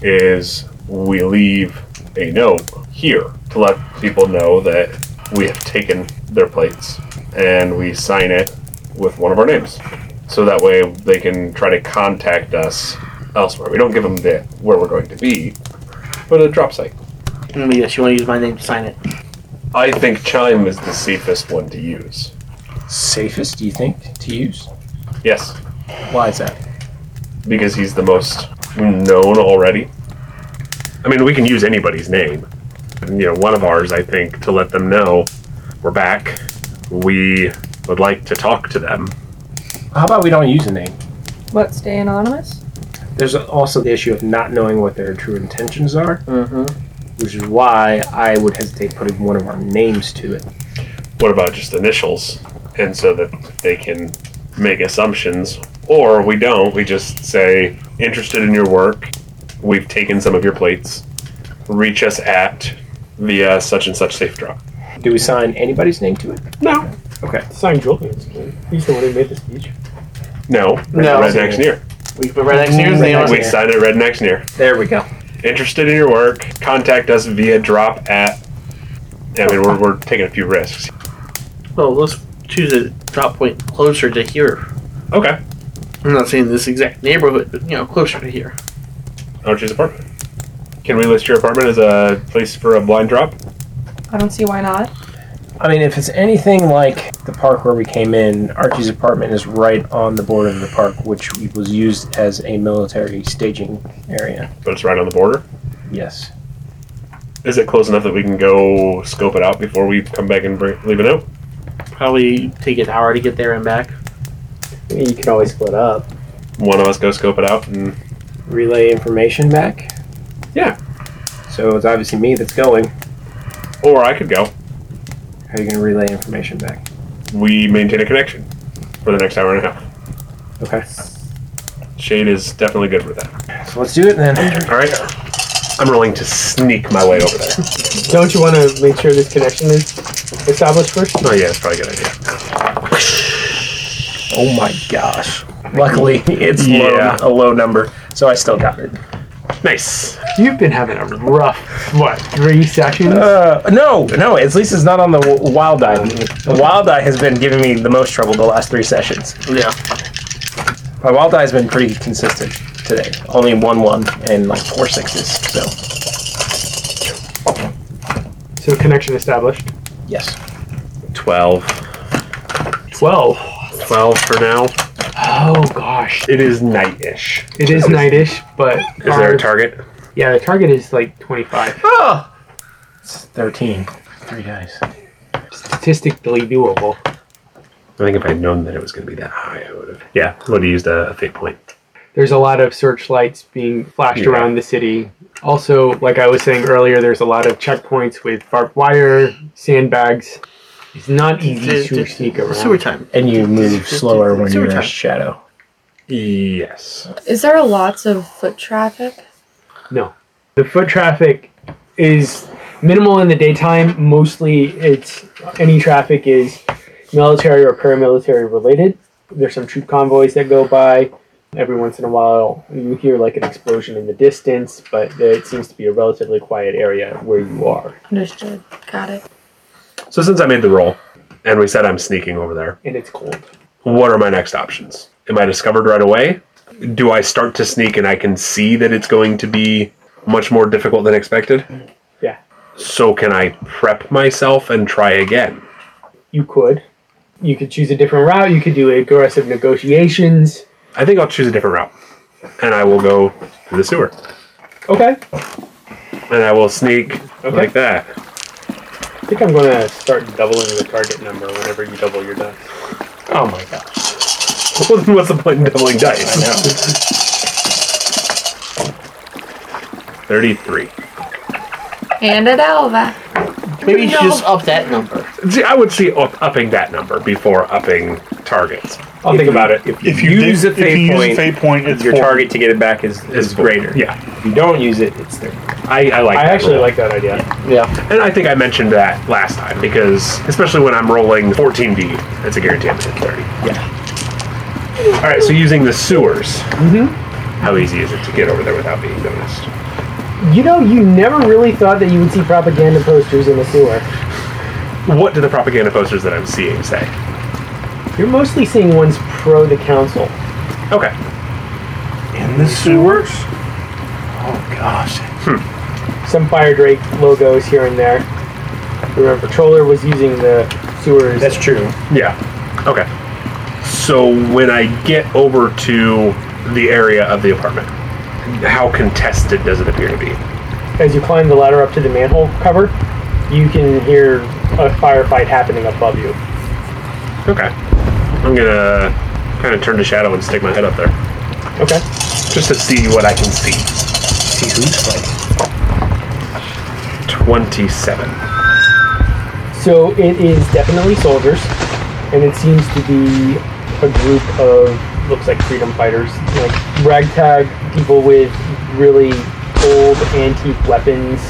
Speaker 6: is we leave a note here to let people know that we have taken their plates, and we sign it with one of our names. So that way they can try to contact us elsewhere. We don't give them the where we're going to be, but a drop site.
Speaker 2: Mm, yes, you want to use my name to sign it.
Speaker 6: I think Chime is the safest one to use.
Speaker 5: Safest, do you think, to use?
Speaker 6: Yes,
Speaker 5: Why is that?
Speaker 6: because he's the most known already. I mean, we can use anybody's name. And, you know, one of ours, I think, to let them know we're back. We would like to talk to them.
Speaker 5: How about we don't use a name?
Speaker 3: What, stay anonymous?
Speaker 5: There's also the issue of not knowing what their true intentions are, which is why I would hesitate putting one of our names to it.
Speaker 6: What about just initials? And so that they can make assumptions. Or we don't, we just say, interested in your work. We've taken some of your plates. Reach us at via such and such safe drop.
Speaker 5: Do we sign anybody's name to it?
Speaker 6: No.
Speaker 7: Sign Julian's name. He's the one who made the speech.
Speaker 6: No.
Speaker 2: No.
Speaker 6: Redneck's near.
Speaker 2: We can put right next to yours. name on
Speaker 6: We
Speaker 2: it.
Speaker 5: Yeah.
Speaker 6: signed at Redneck's near.
Speaker 5: There we go.
Speaker 6: Interested in your work? Contact us via drop at. I mean, we're, we're taking a few risks.
Speaker 2: Well, let's choose a drop point closer to here.
Speaker 6: Okay.
Speaker 2: I'm not saying this exact neighborhood, but you know, closer to here.
Speaker 6: Archie's apartment. Can we list your apartment as a place for a blind drop?
Speaker 3: I don't see why not.
Speaker 5: I mean, if it's anything like the park where we came in, Archie's apartment is right on the border of the park, which was used as a military staging area.
Speaker 6: But it's right on the border.
Speaker 5: Yes.
Speaker 6: Is it close enough that we can go scope it out before we come back and bring, leave a note?
Speaker 2: Probably take an hour to get there and back.
Speaker 7: I mean, you can always split up.
Speaker 6: One of us go scope it out, and
Speaker 5: Relay information back?
Speaker 6: Yeah.
Speaker 5: So it's obviously me that's going.
Speaker 6: or I could go.
Speaker 5: How are you going to relay information back?
Speaker 6: We maintain a connection for the next hour and a half.
Speaker 5: Okay.
Speaker 6: Shade is definitely good with that.
Speaker 5: So let's do it then.
Speaker 6: All right. I'm rolling to sneak my way over there.
Speaker 7: Don't you want to make sure this connection is established first?
Speaker 6: Oh yeah, that's probably a good idea.
Speaker 5: Oh my gosh. <laughs> Luckily, it's
Speaker 6: Yeah.
Speaker 5: low, a low number, so I still got it.
Speaker 6: Nice.
Speaker 7: You've been having a rough, what, three sessions?
Speaker 5: Uh, no, no. At least it's not on the w- wild eye. The wild eye has been giving me the most trouble the last three sessions.
Speaker 2: Yeah.
Speaker 5: My wild eye has been pretty consistent today. Only one one and like four sixes. So
Speaker 7: so connection established.
Speaker 5: yes,
Speaker 6: Twelve.
Speaker 7: Twelve.
Speaker 6: 12 for now.
Speaker 7: Oh gosh,
Speaker 6: It is nightish.
Speaker 7: it is nightish, but
Speaker 6: Is there a target?
Speaker 7: Yeah, the target is like twenty-five.
Speaker 5: it's thirteen. Three dice.
Speaker 7: Statistically doable.
Speaker 6: I think if I'd known that it was going to be that high, I would have. Yeah, would have used a, a fate point.
Speaker 7: there's a lot of searchlights being flashed
Speaker 6: Yeah.
Speaker 7: around the city. Also, like I was saying earlier, there's a lot of checkpoints with barbed wire, sandbags. It's not easy
Speaker 2: It's-
Speaker 7: to
Speaker 2: it's-
Speaker 7: sneak around.
Speaker 2: Sewer time.
Speaker 5: And you move slower when
Speaker 2: Sewer
Speaker 5: you're in
Speaker 2: time.
Speaker 5: shadow.
Speaker 6: Yes.
Speaker 3: Is there lots of foot traffic?
Speaker 7: No. The foot traffic is minimal in the daytime. Mostly it's any traffic is military or paramilitary related. There's some troop convoys that go by. Every once in a while, you hear like an explosion in the distance, but it seems to be a relatively quiet area where you are.
Speaker 3: Understood. Got it.
Speaker 6: So since I made the roll and we said I'm sneaking over there,
Speaker 7: And it's cold.
Speaker 6: what are my next options? Am I discovered right away? Do I start to sneak and I can see that it's going to be much more difficult than expected?
Speaker 7: Yeah.
Speaker 6: So can I prep myself and try again?
Speaker 7: You could. You could choose a different route. You could do aggressive negotiations.
Speaker 6: I think I'll choose a different route. And I will go to the sewer.
Speaker 7: Okay.
Speaker 6: And I will sneak like that.
Speaker 7: I think I'm going to start doubling the target number whenever you double your dice.
Speaker 6: Oh my gosh. Well, then <laughs> What's the point in doubling dice? 33.
Speaker 3: Hand it over.
Speaker 2: Maybe you should just up that number.
Speaker 6: See, I would see up, upping that number before upping targets.
Speaker 7: I'll think about it.
Speaker 5: If you,
Speaker 4: If you
Speaker 5: use
Speaker 4: did-
Speaker 5: a fate
Speaker 4: if you use
Speaker 5: point,
Speaker 4: a fate point, it's
Speaker 5: your
Speaker 4: four.
Speaker 5: target to get it back is, is
Speaker 6: four.
Speaker 5: greater.
Speaker 6: Yeah,
Speaker 5: If you don't use it, it's there.
Speaker 6: I, I like.
Speaker 7: I
Speaker 6: that
Speaker 7: actually
Speaker 6: rule.
Speaker 7: like that idea.
Speaker 2: Yeah.
Speaker 6: and I think I mentioned that last time because, especially when I'm rolling 14d, that's a guarantee I'm at 30.
Speaker 5: Yeah.
Speaker 6: All right, so using the sewers, mm-hmm. how easy is it to get over there without being noticed?
Speaker 7: You know, you never really thought that you would see propaganda posters in a sewer.
Speaker 6: What do the propaganda posters that I'm seeing say?
Speaker 7: You're mostly seeing ones pro the council.
Speaker 6: Okay,
Speaker 4: In the sewers? Oh gosh.
Speaker 7: Some Fire Drake logos here and there. Remember, Troller was using the sewers.
Speaker 5: That's true.
Speaker 6: Yeah. Okay. So when I get over to the area of the apartment, how contested does it appear to be?
Speaker 7: As you climb the ladder up to the manhole cover, you can hear a firefight happening above you.
Speaker 6: Okay. I'm gonna kind of turn to shadow and stick my head up there
Speaker 7: Okay.
Speaker 6: just to see what I can see. See who's fighting. Twenty-seven.
Speaker 7: So it is definitely soldiers, and it seems to be a group of looks like freedom fighters, like ragtag people with really old antique weapons.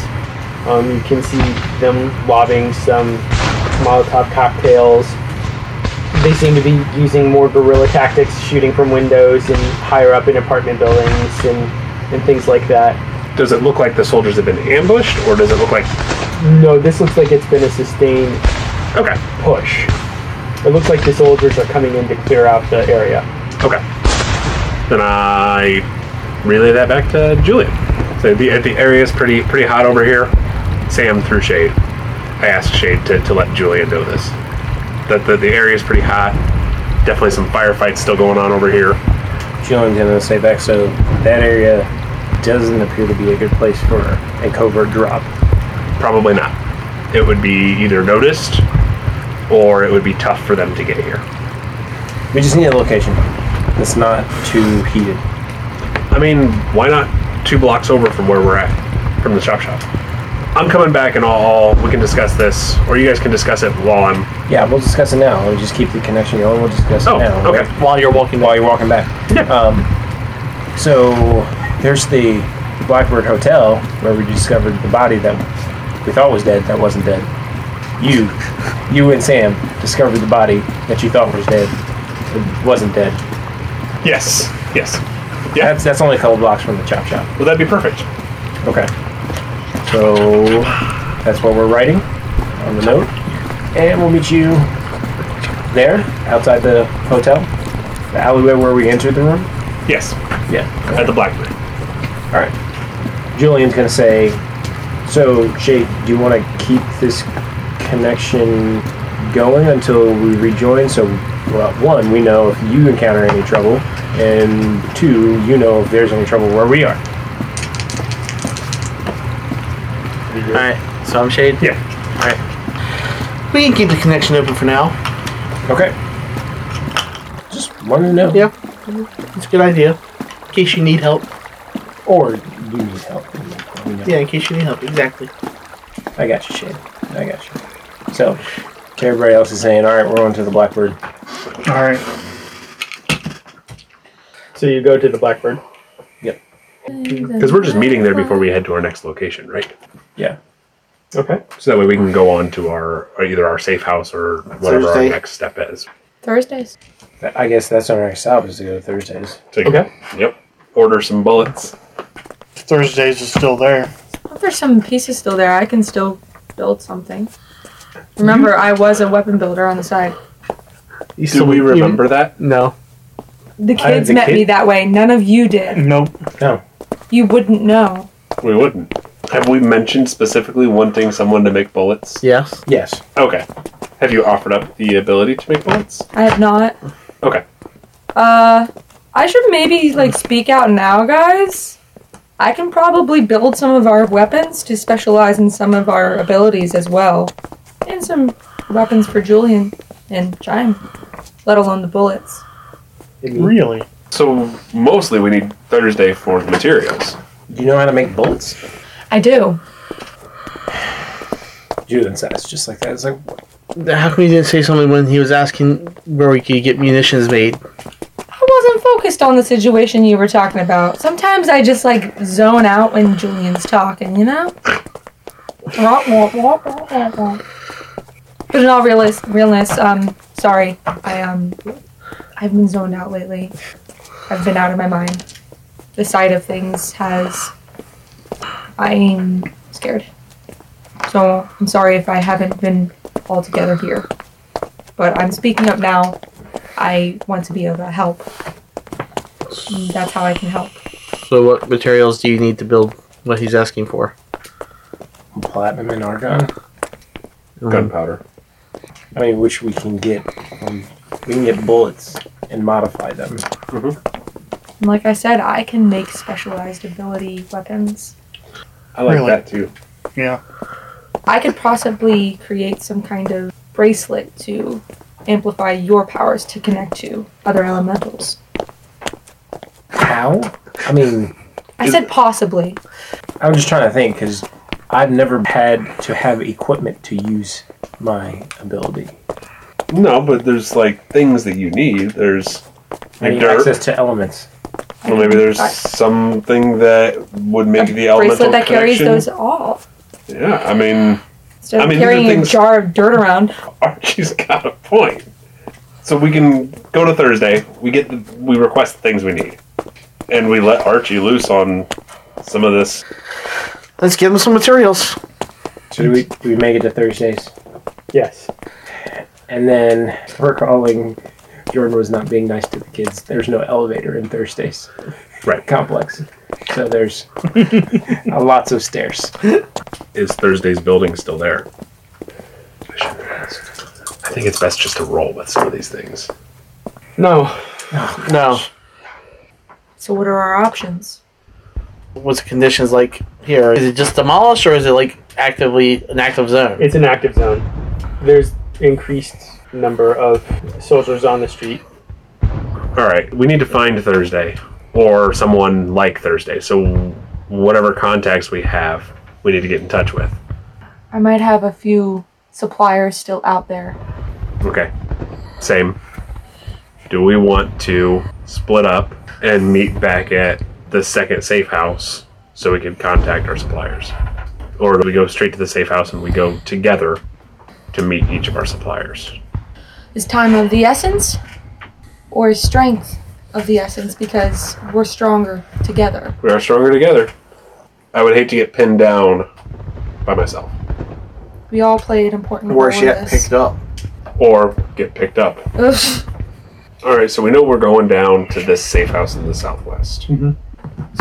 Speaker 7: Um, you can see them lobbing some Molotov cocktails. They seem to be using more guerrilla tactics, shooting from windows and higher up in apartment buildings and, and things like that.
Speaker 6: Does it look like the soldiers have been ambushed, or does it look like?
Speaker 7: No, this looks like it's been a sustained
Speaker 6: Okay.
Speaker 7: push. It looks like the soldiers are coming in to clear out the area.
Speaker 6: Okay. Then I relay that back to Julian. So the the area is pretty pretty hot over here. Sam through Shade. I asked Shade to, to let Julian know this. That the, the area is pretty hot. Definitely some firefights still going on over here.
Speaker 5: Julian's gonna say back. So that area doesn't appear to be a good place for a covert drop.
Speaker 6: Probably not. It would be either noticed or it would be tough for them to get here.
Speaker 5: We just need a location that's not too heated.
Speaker 6: I mean, why not two blocks over from where we're at, from the shop shop? I'm coming back and all we can discuss this, or you guys can discuss it while I'm
Speaker 5: Yeah, we'll discuss it now. We'll just keep the connection going. We'll discuss
Speaker 6: Oh,
Speaker 5: it now.
Speaker 6: okay.
Speaker 2: While you're walking
Speaker 5: While you're walking back. Um, so there's the Blackbird Hotel where we discovered the body that we thought was dead that wasn't dead. You, you and Sam discovered the body that you thought was dead. It wasn't dead.
Speaker 6: Yes. Yes. Yeah.
Speaker 5: That's that's only a couple blocks from the chop shop.
Speaker 6: Well, that'd be perfect.
Speaker 5: Okay. So that's what we're writing on the note. And we'll meet you there, outside the hotel. The alleyway where we entered the room.
Speaker 6: Yes.
Speaker 5: Yeah.
Speaker 6: At the Blackbird.
Speaker 5: Alright. Julian's gonna say, so Jake, do you wanna keep this connection going until we rejoin? So well, one, we know if you encounter any trouble, and two, you know if there's any trouble where we are.
Speaker 2: Alright, so I'm Shade.
Speaker 6: Yeah.
Speaker 2: Alright. We can keep the connection open for now.
Speaker 5: Okay. Just wanted to know.
Speaker 2: Yeah. It's a good idea. In case you need help.
Speaker 5: Or you need help. You know.
Speaker 2: Yeah, in case you need help. Exactly.
Speaker 5: I got you, Shane. I got you. So, Okay, everybody else is saying, all right, we're on to the Blackbird.
Speaker 4: All right.
Speaker 7: So you go to the Blackbird.
Speaker 6: Because we're just meeting there before we head to our next location, right?
Speaker 5: Yeah.
Speaker 7: Okay.
Speaker 6: So that way we can go on to our or either our safe house or whatever
Speaker 2: Thursday.
Speaker 6: our next step is.
Speaker 3: Thursdays.
Speaker 5: Th- I guess that's our next stop is to go to Thursdays.
Speaker 6: So you-
Speaker 7: Okay.
Speaker 6: Yep. Order some bullets.
Speaker 4: Thursdays is still there.
Speaker 3: If there's some pieces still there, I can still build something. Remember, I was a weapon builder on the side.
Speaker 6: Do
Speaker 7: still-
Speaker 6: we remember that?
Speaker 7: No.
Speaker 3: The
Speaker 5: I had
Speaker 3: kids
Speaker 5: the
Speaker 3: met me
Speaker 5: kid-
Speaker 3: that way. None of you did.
Speaker 4: Nope.
Speaker 3: You wouldn't know.
Speaker 6: We wouldn't. Have we mentioned specifically wanting someone to make bullets?
Speaker 2: Yes.
Speaker 5: Yes.
Speaker 6: Okay. Have you offered up the ability to make bullets?
Speaker 3: I have not.
Speaker 6: Okay.
Speaker 3: Uh, I should maybe like speak out now, guys. I can probably build some of our weapons to specialize in some of our abilities as well, and some weapons for Julian and Chime, let alone the bullets.
Speaker 4: Really?
Speaker 6: So mostly we need Thursday for the materials.
Speaker 5: Do you know how to make bullets?
Speaker 3: I do.
Speaker 5: Julian says, just like that. It's like,
Speaker 2: How come he didn't say something when he was asking where we could get munitions made?
Speaker 3: I wasn't focused on the situation you were talking about. Sometimes I just like zone out when Julian's talking, you know? Wah, wah, wah, wah, wah, wah. But in all realis- realness, um, sorry, I um, I've been zoned out lately. I've been out of my mind. The sight of things has. I'm scared. So I'm sorry if I haven't been altogether here. But I'm speaking up now I want to be of a help. And That's how I can help.
Speaker 2: So, what materials do you need to build what he's asking for?
Speaker 5: platinum and argon.
Speaker 6: Gunpowder.
Speaker 5: I mean, which we can get. From, we can get bullets and modify them.
Speaker 3: And like I said, I can make specialized ability weapons.
Speaker 6: I like
Speaker 4: Really?
Speaker 6: that too.
Speaker 4: Yeah.
Speaker 3: I could possibly create some kind of bracelet to amplify your powers to connect to other elementals.
Speaker 5: How? I mean,
Speaker 3: I said possibly.
Speaker 5: I'm just trying to think because I've never had to have equipment to use my ability.
Speaker 6: No, but there's like things that you need. There's
Speaker 5: I
Speaker 6: like
Speaker 5: need
Speaker 6: dirt.
Speaker 5: access to elements.
Speaker 6: Well, maybe there's
Speaker 3: Right.
Speaker 6: something that would
Speaker 3: A
Speaker 6: make the elemental
Speaker 3: bracelet that carries
Speaker 6: connection.
Speaker 3: those all.
Speaker 6: Yeah, I mean,
Speaker 3: Instead of
Speaker 6: I mean, these are
Speaker 3: carrying a
Speaker 6: things-
Speaker 3: jar of dirt around,
Speaker 6: Archie's got a point. So we can go to Thursday. We get the, we request the things we need, and we let Archie loose on some of this.
Speaker 2: Let's give him some materials.
Speaker 5: So do we, do we make it to Thursdays?
Speaker 7: Yes.
Speaker 5: And then recalling Jordan was not being nice to the kids. There's no elevator in Thursdays.
Speaker 6: Right.
Speaker 5: Complex. So
Speaker 7: <laughs>
Speaker 5: there's uh, lots of stairs.
Speaker 6: Is Thursday's building still there? I shouldn't have asked. I think it's best just to roll with some of these things.
Speaker 2: No. No.
Speaker 3: so what are our options?
Speaker 2: What's the conditions like here? Is it just demolished or is it like actively an active zone?
Speaker 7: It's an active zone. There's increased number of soldiers on the street.
Speaker 6: All right, we need to find Thursday or someone like Thursday. So whatever contacts we have, we need to get in touch with.
Speaker 3: I might have a few suppliers still out there.
Speaker 6: Okay. Same. Do we want to split up and meet back at the second safe house so we can contact our suppliers? Or do we go straight to the safe house and we go together to meet each of our suppliers?
Speaker 3: is time of the essence or is strength of the essence because we're stronger together.
Speaker 6: We are stronger together. I would hate to get pinned down by myself
Speaker 3: We all play an important role
Speaker 2: Worse
Speaker 3: in
Speaker 2: yet,
Speaker 3: this.
Speaker 2: picked up.
Speaker 6: or get picked up.
Speaker 3: Ugh.
Speaker 6: All right, so we know we're going down to this safe house in the southwest.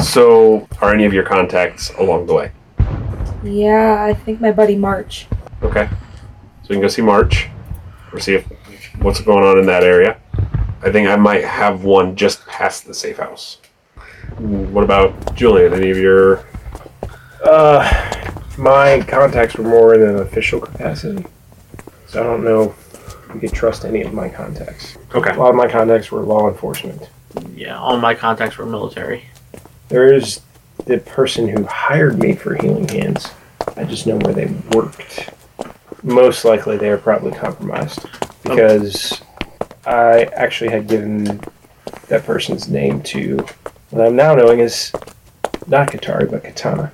Speaker 6: So, are any of your contacts along the way?
Speaker 3: Yeah, I think my buddy March.
Speaker 6: Okay. So we can go see March or see if what's going on in that area. I think I might have one just past the safe house. What about Julian? Any of your
Speaker 5: Uh, My contacts were more in an official capacity. So I don't know if you could trust any of my contacts.
Speaker 6: Okay.
Speaker 5: A lot of my contacts were law enforcement.
Speaker 2: Yeah, all my contacts were military.
Speaker 5: There is the person who hired me for Healing Hands. I just know where they worked. most likely they are probably compromised because I actually had given that person's name to what I'm now knowing is not Katari but Katana.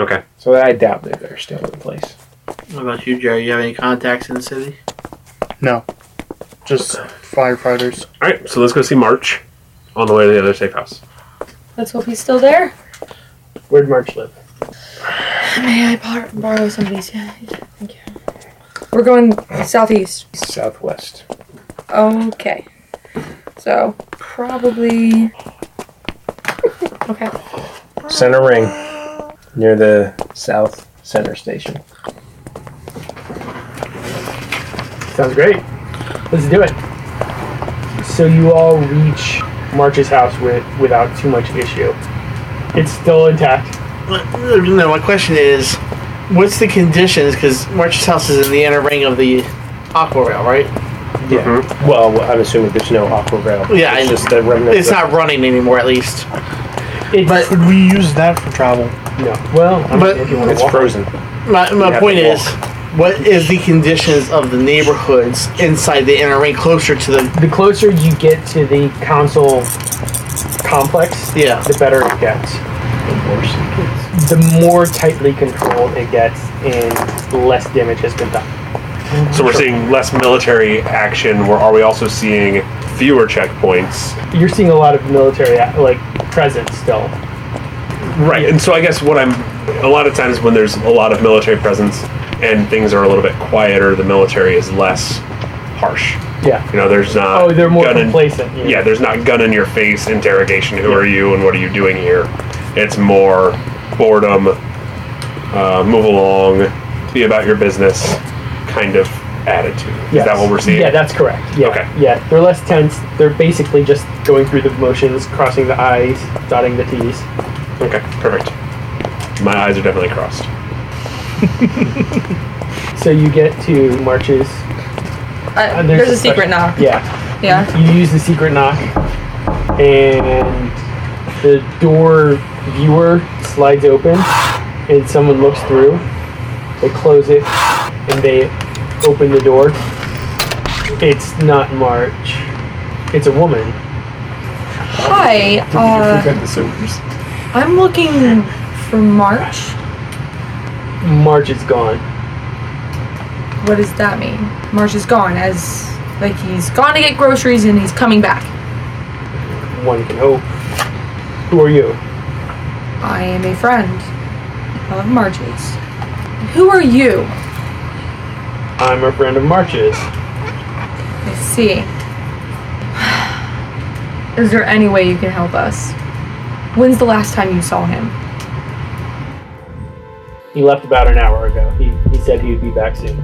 Speaker 6: Okay.
Speaker 5: So I doubt that they're still in place.
Speaker 2: What about you, Jerry? You have any contacts in the city?
Speaker 4: Just firefighters.
Speaker 6: All right, so let's go see March on the way to the other safe house.
Speaker 3: Let's hope he's still there.
Speaker 7: Where'd March live?
Speaker 3: May I bor- borrow somebody's? Yeah, yeah, thank you. We're going southeast.
Speaker 5: Southwest.
Speaker 3: Okay. So probably. <laughs> Okay. Uh,
Speaker 5: Center ring. Near the south center station.
Speaker 7: Sounds great. Let's do it. So you all reach March's house with, without too much issue. It's still intact.
Speaker 2: No, my question is, what's the conditions? Because March's house is in the inner ring of the aqua rail, right?
Speaker 5: Yeah. Oh, Well, I'm assuming there's no aqua rail.
Speaker 2: Yeah,
Speaker 5: it's
Speaker 2: I-
Speaker 5: just the remnants.
Speaker 2: It's
Speaker 5: of-
Speaker 2: not running anymore, at least.
Speaker 7: It's,
Speaker 2: But-
Speaker 4: Could we use that for travel?
Speaker 7: no. Well, I mean,
Speaker 2: But-
Speaker 7: if you want
Speaker 5: It's
Speaker 7: to walk,
Speaker 5: frozen.
Speaker 2: My, my
Speaker 5: have
Speaker 2: point
Speaker 5: to
Speaker 2: is, what is the conditions of the neighborhoods inside the inner ring closer to the
Speaker 7: the closer you get to the council complex,
Speaker 2: yeah?
Speaker 7: the better it gets. The more tightly controlled it gets, and less damage has been done.
Speaker 6: So we're seeing less military action. Where are we also seeing fewer checkpoints?
Speaker 7: You're seeing a lot of military uh, like presence still.
Speaker 6: Right. And so I guess what I'm a lot of times when there's a lot of military presence and things are a little bit quieter, the military is less harsh.
Speaker 7: Yeah.
Speaker 6: You know, there's not.
Speaker 7: Oh, they're more
Speaker 6: gun in-
Speaker 7: complacent.
Speaker 6: yeah, there's not gun in your face interrogation. Who are you and what are you doing here? It's more boredom, uh, move along, be about your business kind of attitude. Is that
Speaker 7: Yes.
Speaker 6: what we're seeing?
Speaker 7: Yeah, that's correct. Yeah.
Speaker 6: Okay.
Speaker 7: Yeah, they're less tense. They're basically just going through the motions, crossing the I's, dotting the T's.
Speaker 6: okay, perfect. My eyes are definitely crossed.
Speaker 7: So you get to March's.
Speaker 3: I,
Speaker 7: uh,
Speaker 3: there's, a
Speaker 7: special-
Speaker 3: secret now.
Speaker 7: Yeah.
Speaker 3: Yeah.
Speaker 7: You use the secret knock, and the door viewer slides open, and someone looks through. They close it, and they open the door. It's not March. It's a woman.
Speaker 3: Hi. Uh, I'm looking for March.
Speaker 7: March is gone.
Speaker 3: What does that mean? March is gone, as like he's gone to get groceries and he's coming back.
Speaker 7: One can hope. Who are you?
Speaker 3: I am a friend of Marge's. Who are you?
Speaker 7: I'm a friend of March's.
Speaker 3: I see. <sighs> Is there any way you can help us? When's the last time you saw him?
Speaker 7: He left about an hour ago. He, he said he would be back soon.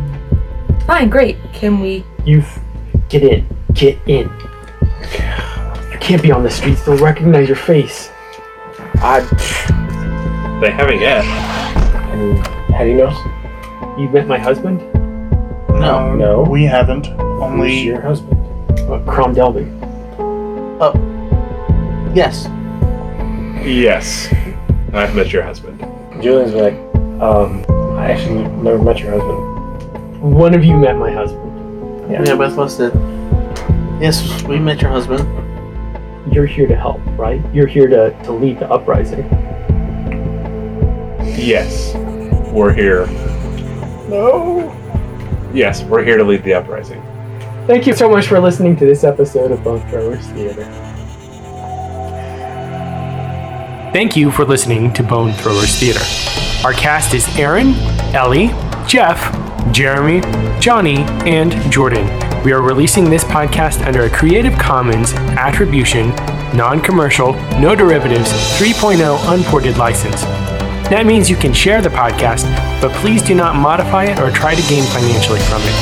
Speaker 3: Fine, great. Can we?
Speaker 7: You f- get in. Get in. You can't be on the streets. They'll recognize your face.
Speaker 6: They haven't yet.
Speaker 5: And how do you know?
Speaker 7: You met my husband?
Speaker 2: No.
Speaker 5: No.
Speaker 4: We haven't.
Speaker 5: Who's
Speaker 4: Only
Speaker 5: your husband?
Speaker 7: Uh, Crom Delvin.
Speaker 2: Oh, Yes.
Speaker 6: Yes. I've met your husband.
Speaker 5: Julian's like, um, I actually never met your husband.
Speaker 7: One of you met my husband.
Speaker 2: Yeah, both of us did. Yes, we met your husband.
Speaker 7: You're here to help, right? You're here to, to lead the uprising.
Speaker 6: Yes. We're here.
Speaker 7: No.
Speaker 6: Yes, we're here to lead the uprising.
Speaker 7: Thank you so much for listening to this episode of Bunk Throwers Theater.
Speaker 10: Thank you for listening to Bone Throwers Theater. Our cast is Aaron, Ellie, Jeff, Jeremy, Johnny, and Jordan. We are releasing this podcast under a Creative Commons Attribution, Non Commercial, No Derivatives 3.0 Unported license. That means you can share the podcast, but please do not modify it or try to gain financially from it.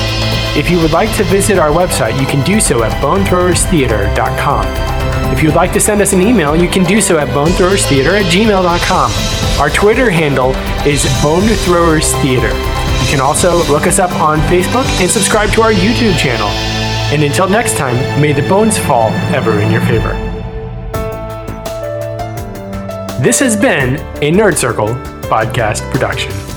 Speaker 10: If you would like to visit our website, you can do so at bonethrowerstheater.com. If you'd like to send us an email, you can do so at bonethrowerstheater at gmail.com. Our Twitter handle is bonethrowerstheater. You can also look us up on Facebook and subscribe to our YouTube channel. And until next time, may the bones fall ever in your favor. This has been a Nerd Circle podcast production.